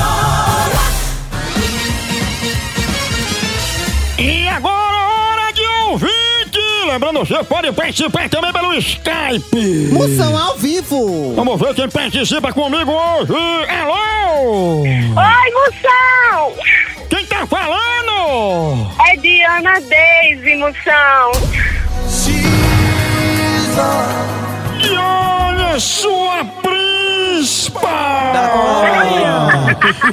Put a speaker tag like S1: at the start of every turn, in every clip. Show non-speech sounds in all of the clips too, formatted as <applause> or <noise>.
S1: é você pode participar também pelo Skype.
S2: Moção ao vivo.
S1: Vamos ver quem participa comigo hoje. Alô?
S3: Oi, Moção!
S1: Quem tá falando?
S3: É Diana Deise, Moção.
S1: E olha sua
S2: Olha.
S1: príncipa!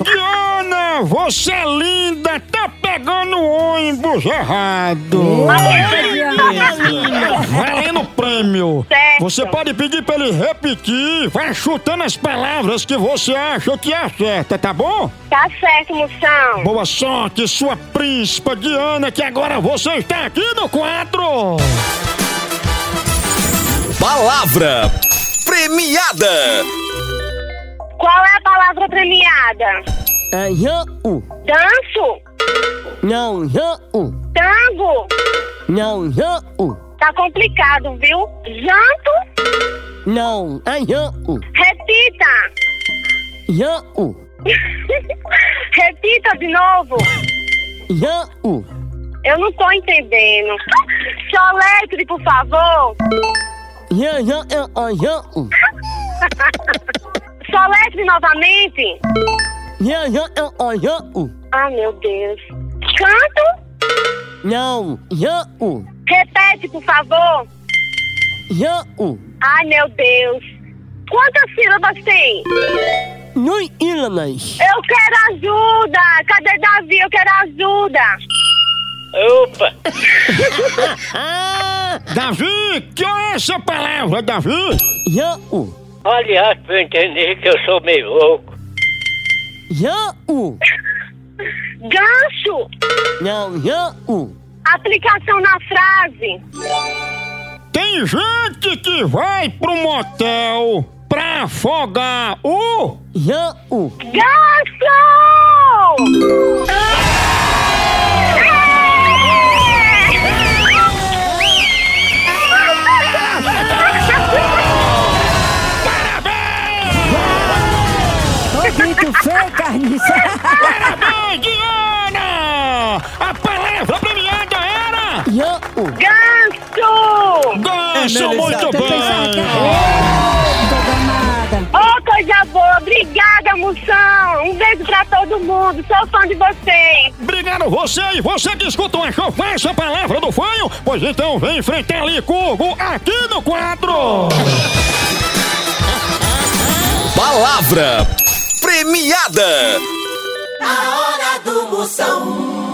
S1: Diana, você é linda, tá pegando o ônibus errado. Valendo prêmio.
S3: Certo.
S1: Você pode pedir pra ele repetir, vai chutando as palavras que você acha que acerta, tá bom?
S3: Tá certo, Moção.
S1: Boa sorte, sua príncipa Diana, que agora você está aqui no quadro.
S4: Palavra premiada.
S3: Qual é a palavra premiada?
S2: É Jean-U.
S3: Danço?
S2: Não, Jean-U.
S3: Tango?
S2: Não, Jean-U.
S3: Tá complicado, viu? Janto?
S2: Não, é Jean-U.
S3: Repita. <laughs>
S2: Jean-U.
S3: Repita de novo.
S2: Jean-U.
S3: Eu não tô entendendo. Soletre, por favor.
S2: Jean-Jean-Jean-U. Jean-U.
S3: Soletre novamente.
S2: Jean-Jean-Jean-U. Jean-U.
S3: Ah, meu Deus. Canto?
S2: Não, Jean-U.
S3: Repete, por favor.
S2: Jean-U.
S3: Ai, meu Deus. Quantas sílabas tem?
S2: Nui Ilanas.
S3: Eu quero ajuda. Cadê Davi? Eu quero ajuda. Opa.
S2: Ah,
S1: Davi, que é essa palavra, Davi?
S2: Jean-U.
S5: Aliás, pra eu entender que eu sou meio louco.
S2: Jean-U.
S3: Gancho.
S2: Não, Jean-U.
S3: Aplicação na frase.
S1: Tem gente que vai pro motel pra afogar o.
S2: Jean-U.
S3: Gancho!
S6: Todito feio, carniça.
S1: Parabéns, Diana! A palavra premiada era.
S2: Jean-U.
S3: Gancho!
S1: Ganso, muito
S6: Tô pensando que é
S1: bem!
S6: roubo, danada.
S3: Ô, coisa boa. Obrigada, Moção. Um beijo pra todo mundo. Sou fã de vocês.
S1: Obrigado você e você que escuta uma essa palavra do fanho, pois então vem enfrentar Licurgo aqui no quadro!
S4: Palavra premiada.
S7: A hora do Moção.